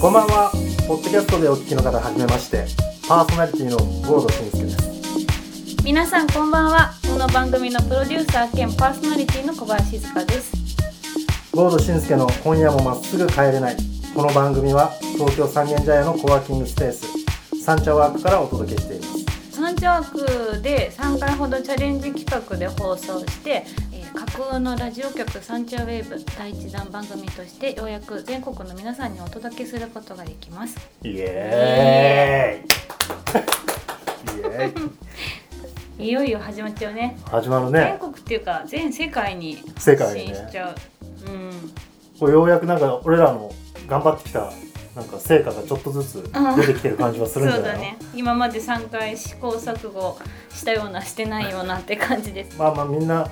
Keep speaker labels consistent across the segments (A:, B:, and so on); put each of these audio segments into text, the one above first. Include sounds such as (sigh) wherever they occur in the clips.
A: こんばんは。ポッドキャストでお聞きの方、はじめまして。パーソナリティの郷土俊介です。
B: 皆さんこんばんはこの番組のプロデューサー兼パーソナリティの小林静香です
A: 郷土俊介の今夜もまっすぐ帰れない。この番組は東京三軒茶屋のコワーキングスペース、サンチャワークからお届けしています。
B: 三茶区で3回ほどチャレンジ企画で放送して、えー架空のラジオ局「サンチャウェーブ」第1弾番組としてようやく全国の皆さんにお届けすることができます
A: イ
B: エ
A: ーイ。イエーイ。
B: いよいよ始まっちゃうね
A: 始まる
B: 全
A: ね。
B: 国っていうか全世界に
A: 世
B: 発
A: 界にね
B: 信しちゃう、うん
A: これようやくなんか俺らの頑張ってきたなんか成果がちょっとずつ出てきてる感じはす
B: そ
A: るん
B: う
A: じゃない
B: だ
A: の。
B: ね今まで3回試行錯誤したようなしてないようなって感じです
A: まあまあみんな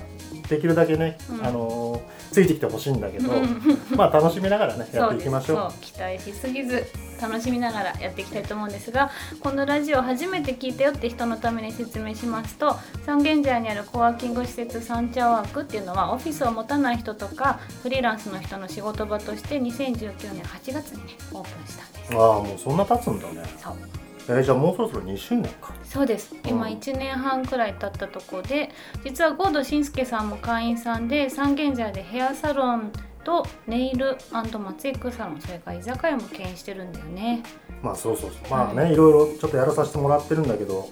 A: できるだけね、
B: うん
A: あのーついてきてほしいんだけど、
B: うん
A: (laughs) まあ楽しみながらねやっ
B: そ
A: て
B: う
A: いき
B: です
A: ましょう
B: そう期待しすぎず楽しみながらやっていきたいと思うんですがこのラジオ初めて聞いたよって人のために説明しますと三軒茶屋にあるコワーキング施設サンチャワークっていうのはオフィスを持たない人とかフリーランスの人の仕事場として2019年8月にねオープンしたんです。
A: ああもうそんな経つんだね
B: そう
A: えーじゃあもうそろそろ2周年か
B: そうです今1年半くらい経ったとこで実は郷土真介さんも会員さんで三軒茶屋でヘアサロンとネイル松江区サロンそれから居酒屋も経営してるんだよね。
A: まあそうそうそうまあね、、
B: はい
A: ろいろちょっとやらさせてもらってるんだけど、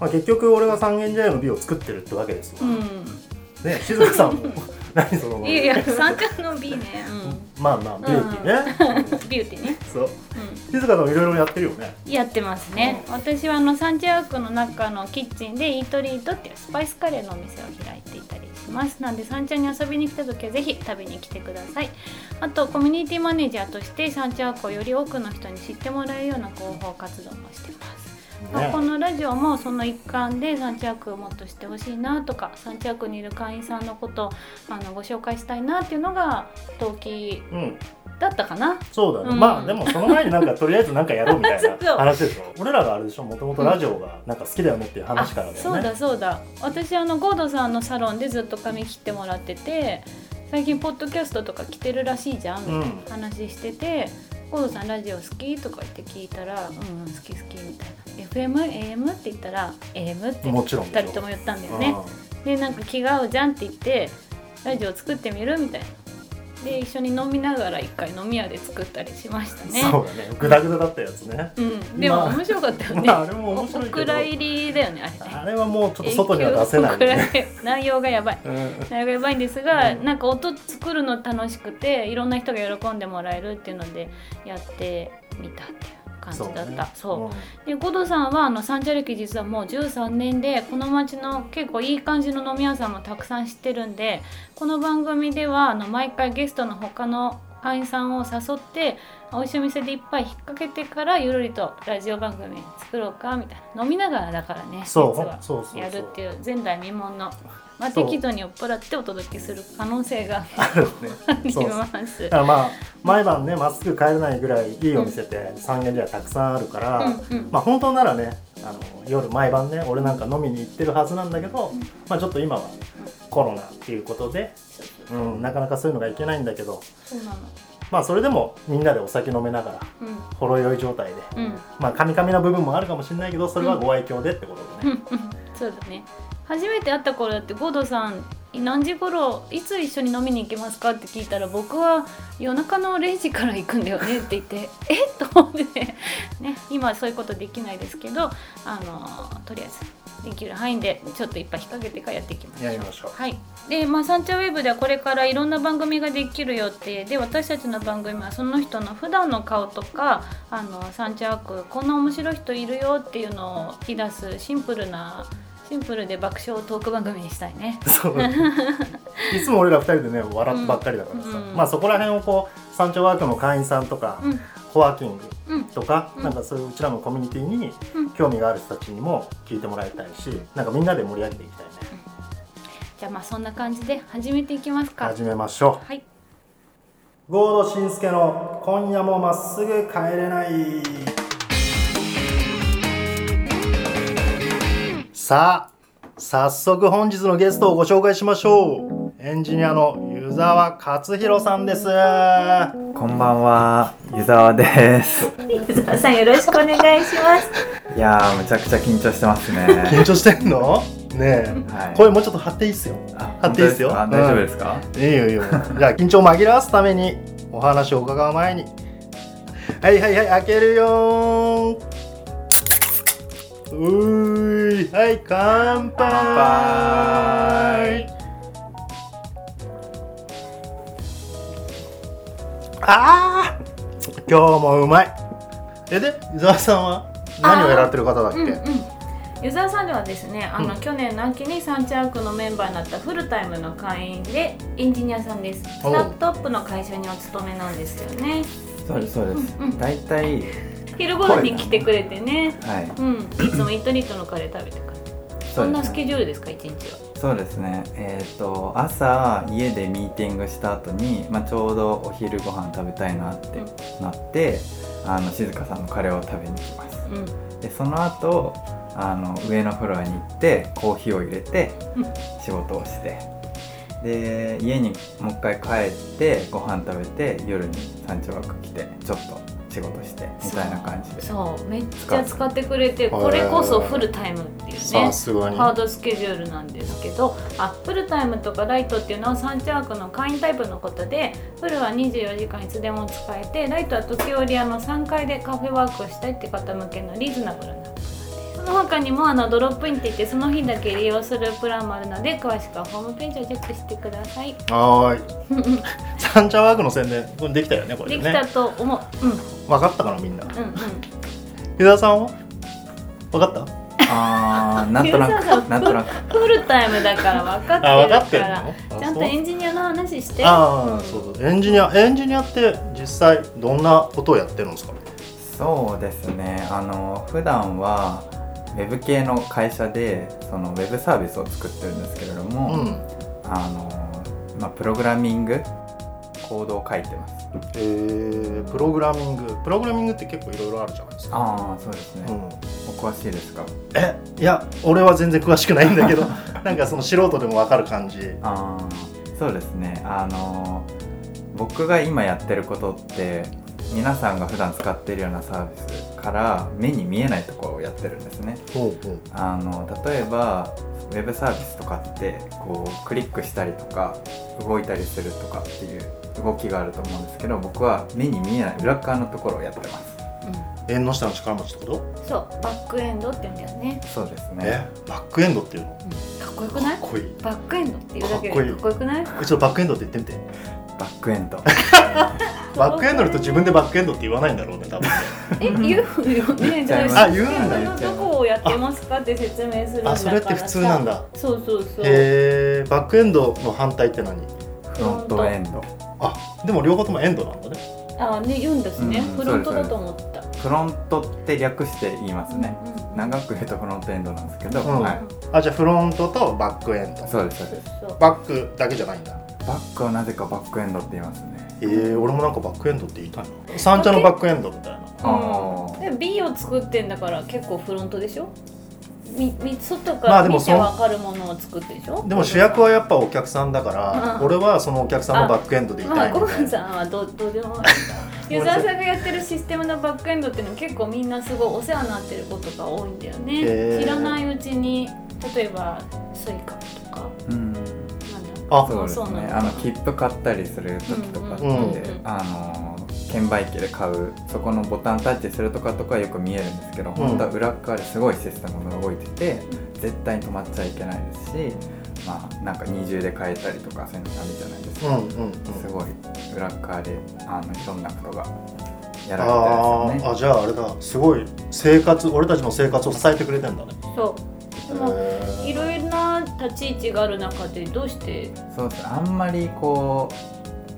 A: まあ、結局俺が三軒茶屋の美を作ってるってわけですわ、
B: う
A: ね静香さんも (laughs) 何その
B: ん、いやいや三冠の B ね、
A: まあまあビューティー
B: (laughs)
A: ね、
B: うん、ビューティーね、
A: そう静香さんもいろいろやってるよね
B: うん、やってますね私はあのサンチャークの中のキッチンでイートリートっていうスパイスカレーのお店を開いていたりしますなんでサンチャに遊びに来た時はぜひ食べに来てくださいあとコミュニティマネージャーとしてサンチャークをより多くの人に知ってもらえるような広報活動もしてますまあ
A: ね
B: このラジオもその一環でサンチャークをもっとしてほしいなとかサンチャークにいる会員さんのことをあのご紹介したいなっていうのが動機
A: うん
B: だったかな
A: そうだね、
B: うん
A: まあでもその前になんかとりあえずなんかやろうみたい
B: (laughs) そ
A: な
B: う
A: 話でしょ俺らがあれでしょもともとラジオがなんか好きだよねっていう話からだよね
B: あそうだそうだ私あのゴードさんのサロンでずっと髪切ってもらってて最近ポッドキャストとか来てるらしいじゃんみたいな
A: うん
B: 話してて「ゴードさんラジオ好き?」とか言って聞いたら「うんうん好き好き」みたいな「FMAM?」って言ったら「AM」って
A: もちろん
B: 2人とも言ったんだよね。でなんか気が合うじゃんって言ってラジオ作ってみるみたいな。で一緒に飲みながら一回飲み屋で作ったりしました
A: うん
B: ね。
A: そうだねグダグダだったやつね、
B: うん、でも
A: まあ
B: 面白かったよね。
A: まああれも面白い
B: お
A: けど
B: 蔵入りだよねあれね。
A: あれはもうちょっと外には出せない、
B: 永
A: ね、
B: 久の内容がやばい (laughs)
A: うん
B: 内容がやばいんですが、
A: うん
B: なんか音作るの楽しくていろんな人が喜んでもらえるっていうのでやってみたっていう感じだったそう,、
A: ね
B: で五度さんはあの三茶歴実はもう13年でこの町の結構いい感じの飲み屋さんもたくさん知ってるんでこの番組ではあの毎回ゲストの他の会員さんを誘って美味しいお店でいっぱい引っ掛けてからゆるりとラジオ番組作ろうかみたいな飲みながらだからね
A: うんそう
B: 実は
A: そうそうそう
B: やるっていう前代未聞の、まあ、
A: そう
B: 適度に酔っ払ってお届けする可能性が
A: あるね
B: (laughs) あ
A: (laughs)
B: り
A: そう
B: ま
A: だ
B: す。
A: からまあ毎晩ねまっすぐ帰れないぐらいいいお店って三軒茶屋たくさんあるから、
B: うんうん
A: まあ本当ならねあの夜毎晩ね俺なんか飲みに行ってるはずなんだけど、
B: ん
A: まあちょっと今はコロナっていうことで、うん、なかなかそういうのがいけないんだけど
B: そうなの、
A: まあそれでもみんなでお酒飲めながらほろ酔い状態で、
B: うんうん
A: まあカミカミな部分もあるかもしれないけどそれはご愛嬌でってことでね、
B: そうだね初めて会った頃だってゴードさん何時頃いつ一緒に飲みに行けますかって聞いたら僕は夜中の0時から行くんだよねって言って (laughs) えっと思ってねね今はそういうことできないですけどあのとりあえずできる範囲でちょっといっぱい引っ掛けてからやっていきましょ
A: や
B: う
A: り。ましょう
B: はい、で、まあ、サンチャウェブではこれからいろんな番組ができる予定で私たちの番組はその人の普段の顔とかあのサンチャワークこんな面白い人いるよっていうのを引き出すシンプルなシンプルで爆笑トーク番組にしたいね。
A: そう (laughs) いつも俺ら二人でね笑っばっかりだからさ、
B: うん
A: まあそこら辺をこう山頂ワークの会員さんとか、
B: うん
A: コワーキング
B: うん
A: とか、
B: うん
A: なんかそういううちらのコミュニティに
B: うん
A: 興味がある人たちにも聞いてもらいたいしなんかみんなで盛り上げていきたいね
B: じゃあまあそんな感じで始めていきますか。
A: 始めましょ
B: はい、
A: う合土慎介の「今夜もまっすぐ帰れない」さあ早速本日のゲストをご紹介しましょうエンジニアの湯沢勝弘さんですよ
C: こんばんは、湯沢です。
B: 伊沢 (laughs) さんよろしくお願いします。
C: いやー、むちゃくちゃ緊張してますね。 (laughs)
A: 緊張してんのね
C: は
A: え声もうちょっと張っていいっすよ
C: あ
A: 張っていいですよ
C: 本当か大丈夫ですか、
A: いいよいいよじゃあ緊張を紛らわすためにお話を伺う前にはいはいはい開けるよーうーいはい乾杯ああ今日もうまいえで伊沢さんは何をやられてる方だっけ、
B: うんうん。湯沢さんではですね、あの、
A: うん
B: 去年秋にサンチャークのメンバーになったフルタイムの会員でエンジニアさんです。スタ
A: おう
B: ートアップの会社にお勤めなんですよね。
C: そうです、そうです。
B: うんうん。
C: 大体、
B: 昼頃に来てくれてね。
C: はい、
B: うん。いつもイートニットのカレー食べてから。そんなスケジュールですか一日は。
C: そうですね。えっ、と、朝、家でミーティングした後に、まあ、ちょうどお昼ご飯食べたいなってなって、あの、静香さんのカレーを食べに行きます。
B: うん。
C: で、その後、あの、上のフロアに行って、コーヒーを入れて
B: うん、
C: 仕事をして。で家にもう一回帰ってご飯食べて夜に山頂枠来てちょっと仕事してみたいな感じで
B: そう。めっちゃ使ってくれて、これこそフルタイムっていうね。
A: さすがに
B: ハードスケジュールなんですけどアップルタイムとかライトっていうのはサンチャークの会員タイプのことでフルは24時間いつでも使えてライトは時折あの3階でカフェワークをしたいって方向けのリーズナブルなプランですその他にもあのドロップインって言ってその日だけ利用するプランもあるので詳しくはホームページをチェックしてください
A: はー
B: (laughs)
A: いサンチャワークの宣伝これできたよねこれ
B: で
A: ね
B: きたと思う、うん
A: 分かったかなみんな
B: うんうん
A: 湯沢さんは分かった
B: (laughs)
C: あーなんとな
B: ユーザー
C: く
B: が
C: なんとなく
B: フルタイムだから分か
A: あ分か
B: っ
A: って
B: て
A: る
B: る
A: の
B: から
A: あ
B: ちゃんとエンジニアの話して
A: あ
B: う
A: あ
B: ん
A: そうそうエンジニアエンジニアって実際どんなことをやってるんですか
C: そうですねあの普段はウェブ系の会社でそのウェブサービスを作ってるんですけれど
A: う
C: も、
A: んへ
C: あのまあ、プログラミングコードを書いてます
A: えプログラミングプログラミングって結構いろいろあるじゃないですか
C: ああそうですね、
A: う
C: お
A: ん
C: 詳しいですか
A: えいや俺は全然詳しくないんだ
B: (laughs)
A: けどなんかその素人でも分かる感じ
C: あーそうですねあの僕が今やってることって皆さんが普段使っているようなサービスから目に見えないところをやってるんですね
A: ほうほう
C: あの例えばウェブサービスとかってこうクリックしたりとか動いたりするとかっていう動きがあると思うんですけど僕は目に見えない裏側のところをやってます
A: 縁の下の力持ちってこと
B: そうバックエンドって言うんだよね
C: そうですね
A: えバックエンドっていうの
B: かっこよく
A: か
B: ない
A: っこいい
B: バックエンドっていうだけで
A: か
B: か
A: っこいい
B: っこよ
A: (laughs)
B: くない
A: えちょっとバックエンドって言ってみて
C: バックエンド
A: バックエンドの人自分でバックエンドって言わないんだろうね多分
B: え言うよね
C: 言っちゃいます
A: あ言うんだ
B: あのどこをやってますかって説明するんだから
A: あ
B: さ
A: それって普通なんだ
B: そうそうそう、
A: へえバックエンドの反対って何
C: フロントエンド
A: あでも両方ともエンドなんだね
B: あね言うんですね、
C: うん
B: フロントだと思った
C: フロントって略して言いますね
B: うんうん
C: 長く言うとフロントエンドなんですけど、
A: うん
C: はい、
A: あじゃあフロントとバックエンド
C: そうですそう
B: そう
C: です
B: そう
A: バックだけじゃないんだ
C: バックはなぜかバックエンドって言いますね
A: えー、俺もなんかバックエンドって言いたいな三茶のバックエンドみたいな
C: あー
B: うん、で B を作ってんだから結構フロントでしょみみ外か
A: まあ
B: ら
A: でも
B: 見
A: そ
B: て
A: の
B: わかるものを作ってでしょ
A: でも主役はやっぱお客さんだから、
B: うん
A: 俺はそのお客さんのバックエンドで言い
B: ま
A: た
B: あ
A: い
B: ゴ
A: み
B: ー
A: た
B: ン
A: いな、
B: さんはどどうでも
A: (laughs)
B: ユーザーさんがやってるシステムのバックエンドっていうのは結構みんなすごいお世話になってることが多いんだよね、
A: へー
B: 知らないうちに例えばスイカとか
C: うん
B: なんだ
A: あ
C: そうです
B: そうな
C: ね
B: の
C: あの切符買ったりする時とかって、
A: うんうん
B: うん
C: あの券売機で買うそこのボタンタッチするとかとかよく見えるんですけど、本当は裏側ですごいシステムが動いてて絶対に止まっちゃいけないですしまあなんか二重で買えたりとかそういうのダメじゃないです
A: う
C: か、
A: んうんうん
C: すごい裏側であのいろんなことがやられてるん
A: あ
C: ですよね
A: ーあじゃああれだすごい生活俺たちの生活を支えてくれてんだね
B: そうでもい
A: へ
B: ろいろな立ち位置がある中でどうして
C: そうですあんまりこう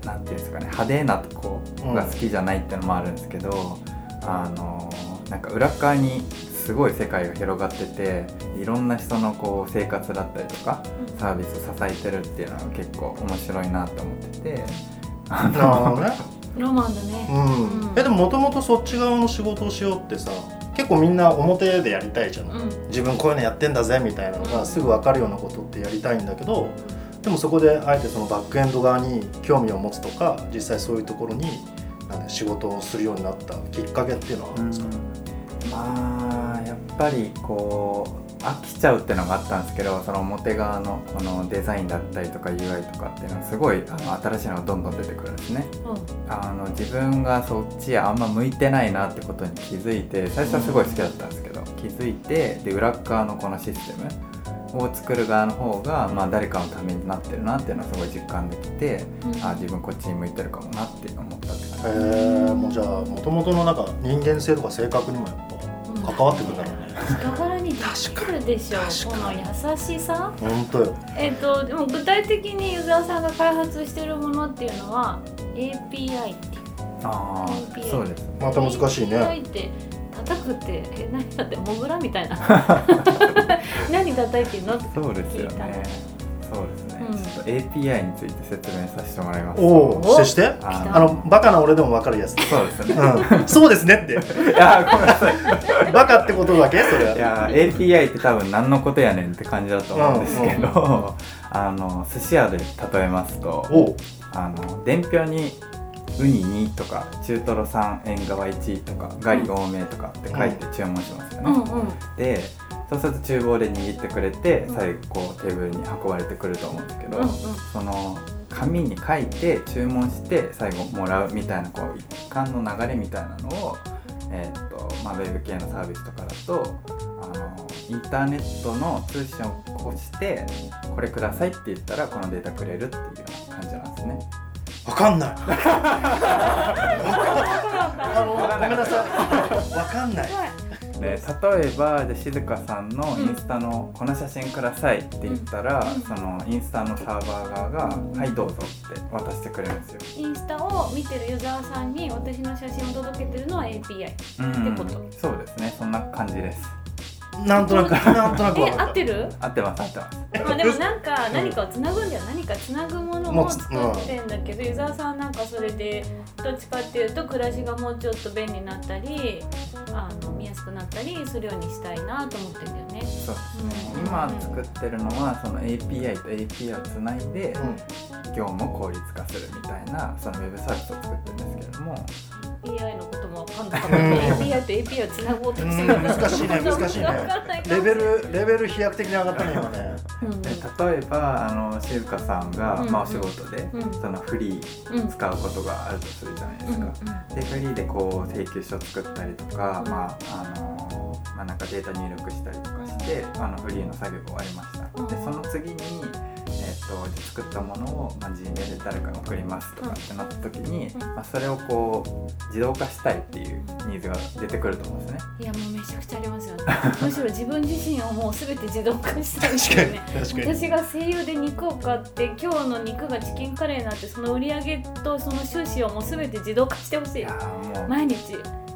C: なんていうんですかね派手なとこが好きじゃないってのもあるんですけど、あのなんか裏側にすごい世界が広がってていろんな人のこう生活だったりとかサービスを支えてるっていうのが結構面白いなと思っててあ
A: ーなるほどね
B: ロマンだね
A: うん、
B: うん
A: えでももともとそっち側の仕事をしようってさ結構みんな表でやりたいじゃない、
B: うん
A: 自分こういうのやってんだぜみたいなのがすぐ分かるようなことってやりたいんだけどでもそこであえてそのバックエンド側に興味を持つとか実際そういうところになんか仕事をするようになったきっかけっていうのはあるんですか、
C: まあやっぱりこう飽きちゃうってのがあったんですけどその表側のこのデザインだったりとか UI とかっていうのはすごいあの新しいのがどんどん出てくるんですねあの自分がそっちあんま向いてないなってことに気づいて最初はすごい好きだったんですけど気づいてで裏っ側のこのシステムを作る側の方が、まあ、誰かのためになってるなっていうのはすごい実感できて、
B: うん
C: あ自分こっちに向いてるかもなって思ったって感じ
A: へえもうじゃあもともとのなんか人間性とか性格にもやっぱ関わってくるんだろうね、
B: 人柄に出てるでしょこの優しさ
A: 本当よ
B: えっ、とでも具体的にユーザーさんが開発してるものっていうのは API っていう
C: ああ
B: うん
C: そうですね
A: また難しいね
B: API って叩くってえ何だってモグラみたいな
A: (laughs)
B: 何叩いてるのって
C: そうですよ
B: 聞いた
C: ねそうですね、
B: うん
C: ちょっと API について説明させてもらいます
A: おお
B: お
A: してして
C: あ
A: あのバカな俺でも分かるやつ、
C: そうですね (laughs)
A: (laughs) うん、そうですねって
C: いやごめんなさい
A: バカってことだけそれ
C: いや API って多分何のことやねんって感じだと思うんですけど、 (laughs) あの寿司屋で例えますと
A: おう
C: あの伝票にウニ2とか中トロ3縁側1とかガリ多めとかって書いて注文しますよね、
B: うんうん
C: でそうすると厨房で握ってくれて
B: うん
C: 最後こうテーブルに運ばれてくると思うんですけ
B: う
C: ど、
B: んうん
C: その紙に書いて注文して最後もらうみたいなこう一貫の流れみたいなのを、えーっとまあ、ウェブ系のサービスとかだとあのインターネットの通信を越してこれくださいって言ったらこのデータくれるっていうような感じなんですね。
A: 分かんないあのごめんなさい分かんない
C: で例えばじゃあ静香さんのインスタの「この写真ください」って言ったら、
B: うん
C: そのインスタのサーバー側が「はいどうぞ」って渡してくれるんですよ。
B: インスタを見てるユーザーさんに私の写真を届けてるのは API
C: うん
B: ってこと
C: そうですねそんな感じです。
A: なんとなくなんとなく
B: え
A: 分か
B: 合ってる
C: 合ってます合ってます。
B: まあでもなんか何かをつなぐんだよ何かつなぐもの
A: もう
B: も
A: つ
B: 作ってんだけど湯沢さんはなんかそれでどっちかっていうと暮らしがもうちょっと便利になったりあの見やすくなったりするようにしたいなと思ってんだよね。
C: そうですね、
B: うん
C: 今作ってるのはその API と API をつないで
A: うん
C: 業務を効率化するみたいなそのウェブサービスを作ってるんですけれども
B: AI のことも分かんなかったね API と API をつなごうとしてる
A: うん難しいね難しいね
B: わかんないか
A: レ
B: も
A: ベルレベル飛躍的に上がったね今ね
B: うん
C: で例えばあの静香さんが、
B: うんうん
C: まあ、お仕事で、
B: うん
C: そのフリー
B: うん
C: 使うことがあるとするじゃないで
B: う
C: す
B: んうん
C: か。でフリーでこう請求書を作ったりとか、
B: うん
C: まああのまあ、なんかデータ入力したりとかしてあのフリーの作業が終わりました、
B: うん
C: でその次に、えっと作ったものを、まあ、G メールで誰かに送りますとかってなった時に、
B: うん
C: まあ、それをこう自動化したいっていうニーズが出てくると思うんですね。
B: いやもうめちゃくちゃありますよねむしろ自分自身をもう全て自動化したいですよね
A: 確かに
B: 私が声優で肉を買って今日の肉がチキンカレーになってその売り上げとその収支をもう全て自動化してほし
C: い
B: い
C: やーもう、
B: 毎日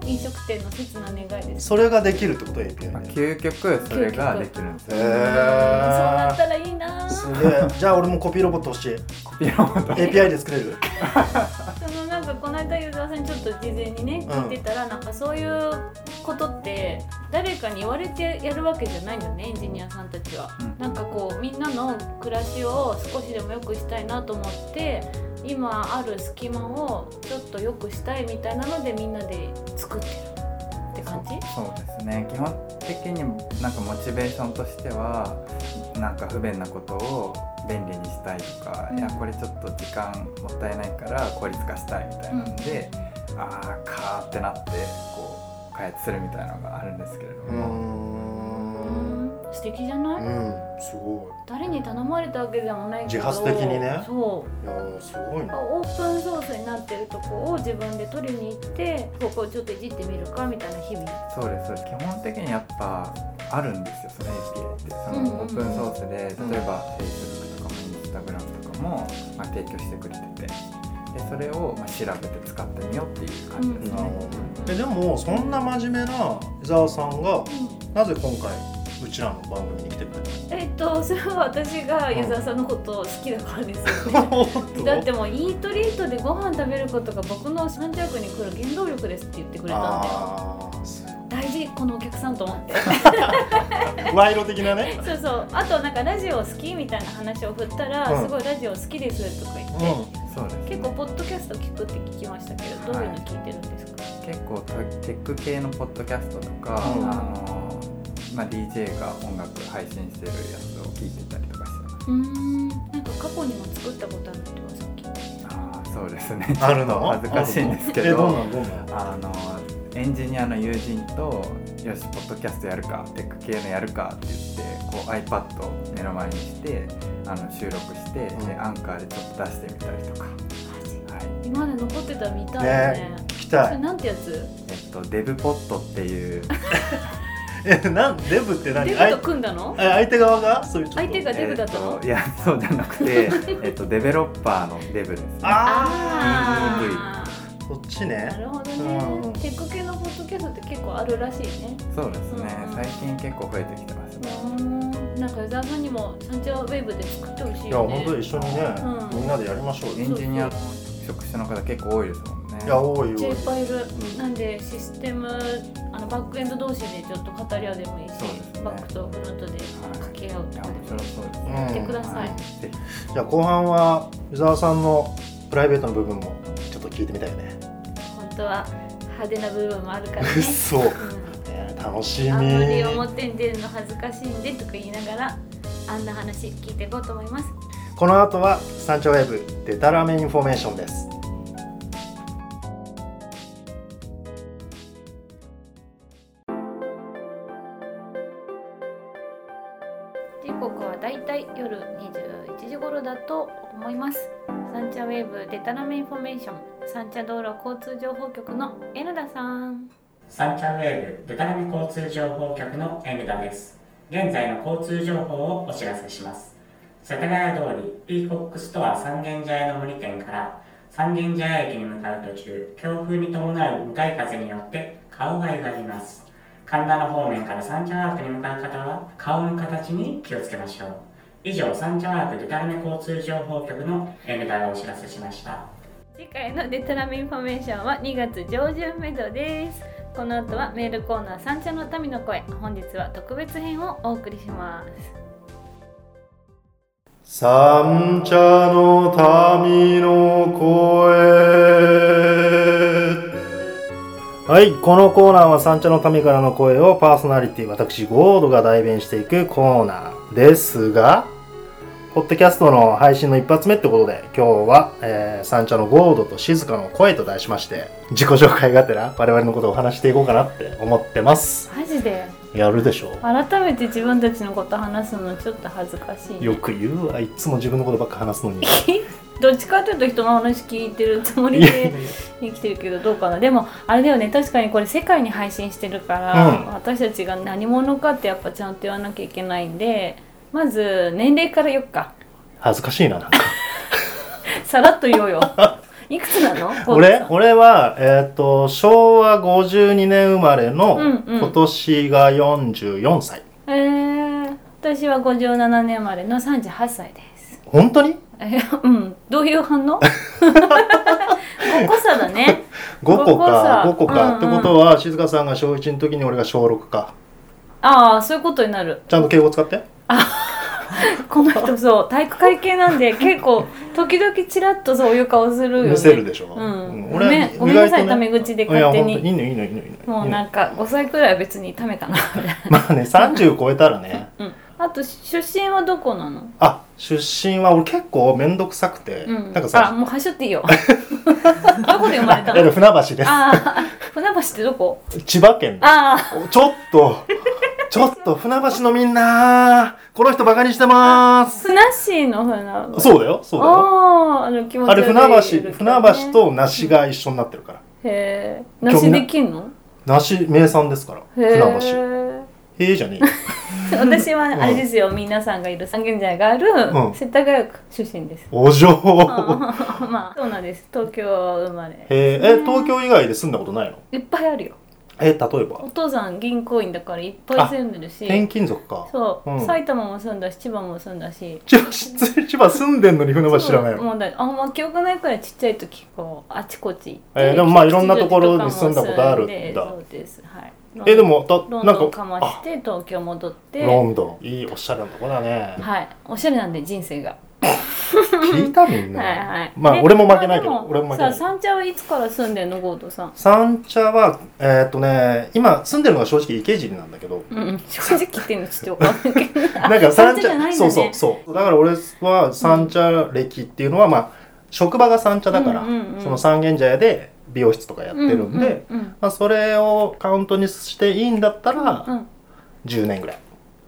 B: 飲食店の切な願いです
A: それができるってこと API
C: まあ
A: ね
C: 究極それができるんです
A: へ
C: よ。
B: そうなっ
A: え
B: たらいいな
A: す
B: そ
A: げえじゃあ俺もコピーロボット欲しい
C: コピーロボット
A: API で作れる
B: のなんかこの間ユーザーさんにちょっと事前にね聞いてたら、なんかそういうことって誰かに言われてやるわけじゃないんだよねエンジニアさんたちは。
C: うん
B: なんかこうみんなの暮らしを少しでも良くしたいなと思って今ある隙間をちょっと良くしたいみたいなのでみんなで作ってるって感じ
C: そうですね基本的になんかモチベーションとしてはなんか不便なことを便利にしたいとか、
B: うん
C: いやこれちょっと時間もったいないから効率化したいみたいなので、ああかーってなってこう開発するみたいなのがあるんですけれど
A: うー
C: も、
A: ん
B: うん素敵じゃない、
A: うんすご
B: 誰に頼まれたわけでもないけど
A: 自発的にね
B: そう
A: いいやーすごいな
B: オープンソースになってるとこを自分で取りに行ってここをちょっといじってみるかみたいな日々
C: そうですそうです基本的にやっぱあるんですよその API ってそ
B: うんうんうん
C: のオープンソースで、例えば Facebook とかも Instagram とかも、まあ、提供してくれててでそれを、まあ、調べて使ってみようっていう感じですね。
A: なるほどえでもそんな真面目な伊沢さんがなぜ今回うちらの番組に来てくれ
B: えっとそれは私がユーザーさんのことを好きだからですよ
A: た
B: ね
A: (laughs) の
B: (laughs) だってもうイートリートでご飯食べることが僕の三着に来る原動力ですって言ってくれたんで
A: あーす
B: 大事じこのお客さんと思って
A: 賄賂的なね
B: そうそうあとなんかラジオ好きみたいな話を振ったら、
A: うん
B: すごいラジオ好きですとか言って、
C: そうです、ね、
B: 結構ポッドキャスト聞くって聞きましたけどどういうの聞いてるんですか、
C: 結構テック系のポッドキャストとか、
B: うん
C: あのまあ、DJ が音楽配信してるやつを聞いてたりとかしてます
B: うーんなんか過去にも作ったことあるって噂を聞いて
C: ああそうですね
A: あるの
C: ちょっと恥ずかしいんですけ
A: えどう
C: ど
A: なんどうなん
C: あのエンジニアの友人と「よしポッドキャストやるかテック系のやるか」って言ってこう iPad を目の前にしてあの収録して、
A: うん
C: でアンカーでちょっと出してみたりとか、はい
B: 今まで残ってたみたいだね
A: ね聞き
B: そ
A: た
B: れ
A: い
B: なんてやつ
C: えっと、デブポットっていう
A: えなんデブって何
B: デ
A: あい
B: ブと組んだの
A: え相手側がそういうちょっと
B: 相手がデブだった
C: え
B: の
C: っといやそうじゃなく
B: (laughs)
C: て、えっと、デベロッパーのデブです、ね、
A: ああ
B: あ
A: そっち
B: ーな
A: ね
B: るほど
A: うん
B: ねテック系のポッドキャストって結構あるらしいね
C: そうですね
B: うん
C: 最近結構増えてきてますね
B: うんなんかユーザーさんにもサンチャーウェーブで作ってほしい
A: いや
B: よ
A: 本
B: ね
A: 当に一緒にね、
B: うん
A: みんなでやりましょうよ
C: エンジニアの職種の方結構多いですもんね
A: いや多いよ
B: J ファイル
A: ん
B: なんでシステムあのバックエンド同士でちょっと語り合うでもいいし、
C: そうですね
B: バックとフロントで掛け合う
C: い
B: と
C: や
B: かで
C: 面白そうですね、
A: やって
B: ください
C: はいぜひ
A: じゃあ後半は伊沢さんのプライベートの部分もちょっと聞いてみたいよね
B: 本当は派手な部分もあるからね、
A: うっそ
B: うん
A: ね楽しみ
B: あんまり表に出るの恥ずかしいんでとか言いながらあんな話聞いていこうと思います
A: この後は山頂ウェブデタラメインフォメーションです
B: 時刻はだいたい夜21時頃だと思いますサンチャウェーブデタラメインフォメーションサンチャ道路交通情報局のエルダさん
D: サンチャンウェーブ豚並交通情報局のエムダです。現在の交通情報をお知らせします。世田谷通り、ピーコックストア三軒茶屋の森店から三軒茶屋駅に向かう途中、強風に伴う向かい風によって顔が歪みます。神田の方面から三茶ワークに向かう方は顔の形に気をつけましょう。以上、三茶ワーク豚並交通情報局のエムダがお知らせしました。
B: 次回のデタラメインフォメーションは2月上旬めどですこの後はメールコーナー三茶の民の声本日は特別編をお送りします
A: 三茶の民の声はいこのコーナーは三茶の民からの声をパーソナリティ私ゴードが代弁していくコーナーですがポッドキャストの配信の一発目ってことで今日は、えー、三茶のゴードと静かの声と題しまして自己紹介がてら我々のことをお話していこうかなって思ってます
B: マジで
A: やるでしょ
B: 改めて自分たちのこと話すのちょっと恥ずかしい、ね、
A: よく言うわいつも自分のことばっか話すのに
B: どっちかというと人の話聞いてるつもりで生きてるけどどうかなでもあれだよね確かにこれ世界に配信してるから、
A: うん
B: 私たちが何者かってやっぱちゃんと言わなきゃいけないんでまず年齢から言おっか (laughs)
A: 恥ずかしいななんか
B: さらっと
A: (laughs)
B: 言おうよいくつなの
A: 俺俺は、えー、と昭和52年生まれの、
B: うんうん
A: 今年が44歳
B: えー、私は57年生まれの38歳です
A: 本当に
B: えうんどういう
A: (laughs)
B: 反応 (laughs) 5個差だね
A: 5個か5
B: 五
A: 個
B: 個
A: か、
B: さ
A: ってことは静香さんが小1の時に俺が小6か
B: ああそういうことになる
A: ちゃんと敬語使って
B: この人そう体育会系なんで
A: (laughs)
B: 結構時々チラッとそういう顔するよね
A: 見せるでしょ、
B: うん
A: 俺は
B: ごめんごめんなさ
A: 意
B: い
A: 外とね
B: タメ口で勝手に
A: いや本当いいのいいのいいのいいの
B: もうなんか5歳くらいは別にためかな (laughs)
A: まあね30超えたらね
B: うんあと出身はどこなの
A: あ出身は俺結構面倒くさくて、
B: う
A: な
B: ん
A: んか
B: あ
A: さ
B: もうはしょっていいよどこで生まれた
A: いや (laughs) でも
B: の
A: 船橋で
B: ああ船橋ってどこ
A: す千葉県
B: あ
A: ちょっと、ちょっと、船橋のみんな、この人バカにしてま
B: あ
A: す。
B: ふなっしーの船橋
A: そうだよ、そうだよ。
B: あああの気持ち
A: あれ、
B: 悪い
A: 船橋、
B: 色
A: 船
B: 々ね
A: 橋と梨が一緒になってるから。
B: へえ梨できんの
A: 梨、名産ですから、
B: へ
A: 船橋。
B: え
A: へえじゃねえよ。
B: (laughs) 私はあれですよ、皆さんがいる三軒茶屋がある
A: うん
B: 世田谷区出身です、
A: (laughs) お嬢。
B: (laughs) まあそうなんです東京生まれ
A: へえ、え、東京以外で住んだことないの
B: いっぱいあるよ
A: え、例えば
B: お父さん銀行員だからいっぱい住んでるし
A: 転勤族か。
B: そう、
A: うん
B: 埼玉も住んだし千葉も住んだし
A: 千葉、千葉住んでんのに船橋知らない
B: そう
A: の
B: もうだあんま記憶ないくらいちっちゃい時こうあちこち行って
A: えーでもまあ
B: 吉祥
A: いろ
B: 寺
A: んなところに住んだことあるんだ
B: とかも住でそうですはいロン
A: えでもだ
B: ロン
A: なんか
B: ドンかまして東京戻って
A: ロンドンいいおしゃれなとこだ
B: (laughs)
A: ね
B: はいおしゃれなんで人生が
A: 聞いたみんな
B: はいはい
A: まあ
B: で
A: 俺も負けないけ
B: ま
A: ど
B: あでも
A: 俺も負けない
B: さあ三茶はいつから住んでんのゴードさん
A: 三茶はえーっとね今住んでるのが正直池尻なんだけど
B: うんうん正直言ってんのちょっとわかんないけ
A: な
B: ど
A: んか
B: 三
A: 三
B: 茶じゃな
A: 茶
B: いんだね
A: そうそうそうだから俺は三茶歴っていうのはまあ職場が三茶だから
B: うんうんうん
A: その三軒茶屋で美容室とかやってるんで
B: うんうん
A: まあそれをカウントにしていいんだった
B: うん、う
A: ら
B: ん
A: 10年ぐらい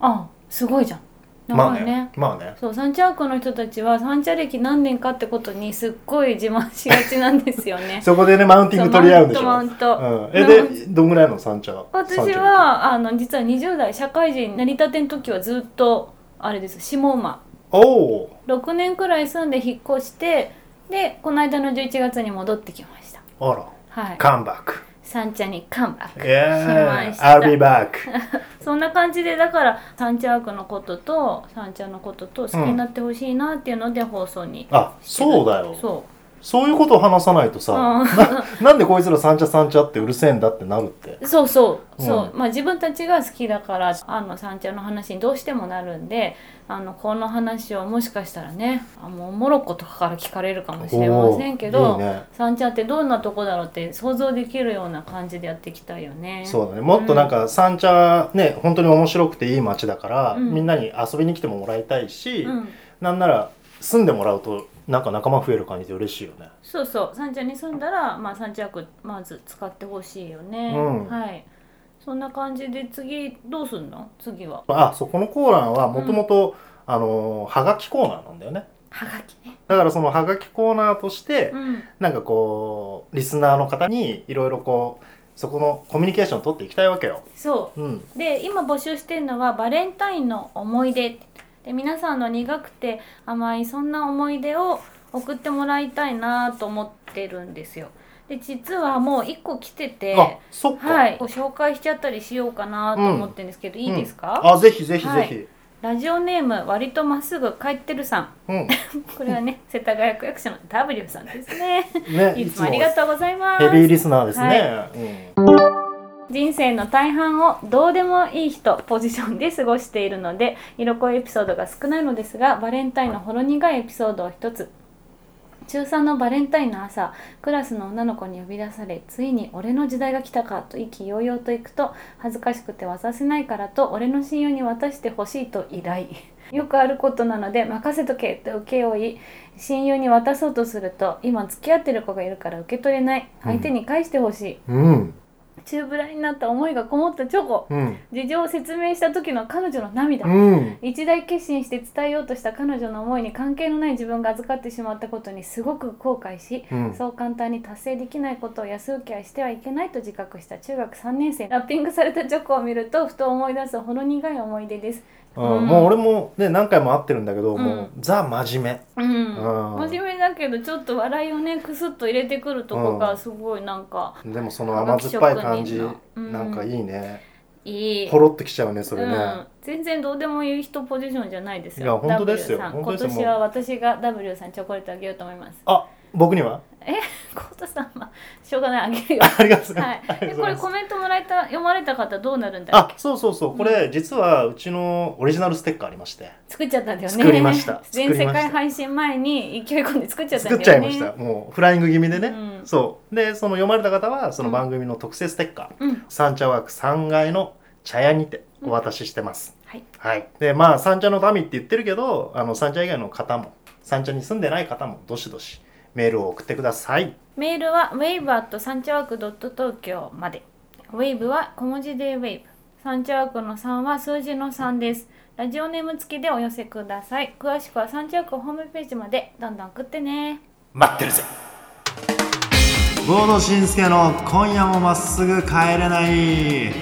B: あすごいじゃん
A: まあ
B: 長いね,、
A: ねまあね
B: そうサンチャークの人たちはサンチャ歴何年かってことにすっごい自慢しがちなんですよね
A: (laughs) そこでねマウンティング取り合うんでし
B: そ
A: ょ
B: マウントマウ
A: うん、
B: ント、
A: えでどんぐらいの三茶
B: 私はあの実は20代社会人成り立ての時はずっとあれです下馬
A: おお
B: 6年くらい住んで引っ越してでこの間の11月に戻ってきました
A: ーあら
B: はい
A: カムバッ
B: (laughs)
A: ク
B: 三茶にカンバ
A: イエ
B: ま
A: ーイ
B: した
A: I'll be back
B: そんな感じでだからサンチャークのこととサンチャのことと好きになってほしいなっていうので放送に、
A: あそうだよ
B: そ
A: そういうことを話さないと
B: う、
A: さ、
B: うん
A: なんでこいつら三茶三茶ってうるせえんだってなるって
B: そうそう
A: うん
B: そう、まあ自分たちが好きだからあの三茶の話にどうしてもなるんであのこの話をもしかしたらねあもうモロッコとかから聞かれるかもしれませんけ
A: おーい
B: ど
A: いね
B: 三茶ってどんなとこだろうって想像できるような感じでやっていきたいよね。
A: そうだねもっとなんか三茶ね本当に面白くていい街だから、
B: うん
A: みんなに遊びに来てももらいたいし、
B: うん
A: なんなら住んでもらうとなんか仲間増える感じで嬉しいよね
B: そうそう三茶に住んだら、まあ、三茶区まず使ってほしいよね、
A: うん
B: はいそんな感じで次どうすんの次は
A: あそこのコーナーはもともとあのはがきコーナーなんだよね
B: はがきね
A: だからそのはがきコーナーとして、
B: うん
A: なんかこうリスナーの方にいろいろこうそこのコミュニケーションを取っていきたいわけよ
B: そう
A: うん
B: で今募集してるのはバレンタインの思い出で皆さんの苦くて甘いそんな思い出を送ってもらいたいなと思ってるんですよで実はもう1個来てて
A: あそっか、
B: はいご紹介しちゃったりしようかなと思ってるんですけど、いいですか、
A: あぜひぜひぜひ、
B: ラジオネーム割とまっすぐ帰ってるさん
A: うん
B: これはね世田谷区役所の W さんですね
A: ね
B: (laughs) いつもありがとうございます
A: ヘビーリスナーですね、うん
B: 人生の大半をどうでもいい人ポジションで過ごしているので色恋エピソードが少ないのですがバレンタインのほろ苦いエピソードを一つ中3のバレンタインの朝クラスの女の子に呼び出されついに俺の時代が来たかと意気揚々と行くと恥ずかしくて渡せないからと俺の親友に渡してほしいと依頼よくあることなので任せとけと請け負い親友に渡そうとすると今付き合ってる子がいるから受け取れない相手に返してほしい、
A: うん
B: 中ブラになった思いがこもったチョコ
A: うん
B: 事情を説明した時の彼女の涙、
A: うん
B: 一大決心して伝えようとした彼女の思いに関係のない自分が預かってしまったことにすごく後悔し、
A: うん
B: そう簡単に達成できないことを安請け合いしてはいけないと自覚した中学3年生ラッピングされたチョコを見るとふと思い出すほろ苦い思い出です
A: うん
B: うん
A: もう俺もね何回も会ってるんだけど、もう
B: う
A: ザ真面
B: うん
A: あー
B: 真面目だけどちょっと笑いをねクスッと入れてくるとこ
A: う
B: が
A: ん
B: すごいなんか
A: 目でもその甘酸っぱい感じ
B: ハガキ職人の
A: なんかいいね、
B: いい
A: ほろっときちゃうねそれね、
B: うん、全然どうでもいい人ポジションじゃないですよ。
A: いや本当ですよ
B: W さん
A: 本当ですよ
B: 今年は私が W さんチョコレートあげようと思
A: (laughs)
B: います。
A: あ僕には
B: コートさんはしょうがないあげる
A: (laughs)
B: よ。
A: ありがとうございます、
B: はい。
A: ありが
B: で
A: とうご
B: こ
A: ざい
B: れ
A: ます
B: コメントもらえた読まれた方どうなるんだっ
A: あそうそうそうこれ、実はうちのオリジナルステッカーありまして
B: け。作っちゃったんだよね。
A: 作りました
B: 全世
A: 作りまし
B: 界
A: た
B: 配信前に勢い込んで作っちゃった
A: 作
B: んだよね。
A: っちゃいました。もうフライング気味でね、
B: うん
A: そうでその読まれた方はその番組の特製ステッカー、
B: うん。
A: 三茶ワーク3階の茶屋にてお渡ししてます、
B: はい。
A: はいでまあ三茶の民って言ってるけどあの三茶以外の方も三茶に住んでない方もどしどしメールを送ってください
B: メールは wave サンチャワーク .tokyo まで。wave は小文字で wave。サンチャワークの3は数字の3です。ラジオネーム付きでお寄せください。詳しくはサンチャワークホームページまでどんどん送ってね。
A: 待ってるぜ郷土真介の「今夜もまっすぐ帰れない」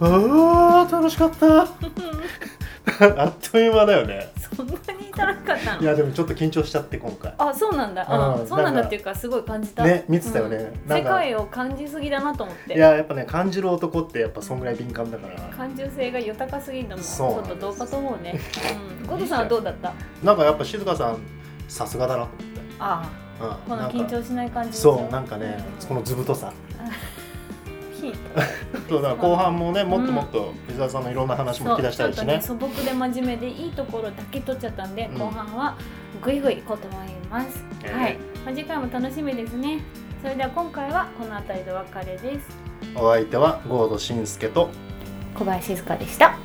A: あー楽しかった (laughs) あっという間だよね
B: そんなに楽しかった
A: い
B: の
A: やでもちょっと緊張しちゃって今回
B: あ、そうなんだ。
A: うん
B: うんそうなん
A: な
B: だ
A: んか
B: っていうかすごい感じた。
A: ね見てたよね
B: うん
A: なん
B: 世
A: か
B: 界を感じすぎだなと思っ
A: い
B: て。
A: ややっぱね感じる男ってやっぱそんぐらい敏感だから
B: 感受性が豊かすぎるのもち
A: そうなん
B: ょっ
A: です (laughs)
B: とどうかと思うね。うん。ゴトさんはどうだった？
A: なんかやっぱ静香さんさすがだなと思って、
E: あ
A: うん、
B: この
A: なんか
B: 緊張しない感じでしょ
A: そうなんかねこの図太さ
B: ヒート
A: そうだから後半もねもっともっと伊沢さんのいろんな話も
B: そ
A: 聞き
B: う
A: 出し
B: ち
A: た
B: ょっ
A: い
B: と
A: し
B: ね
A: ね
B: 素朴で真面目でいいところだけ取っちゃったんで、
A: うん
B: 後半はぐいぐい行こうと思います、
A: えー
B: はい、まあ、次回も楽しみですねそれでは今回はこの辺りでお別れです
A: お相手は郷土真介と
B: 小林静香でした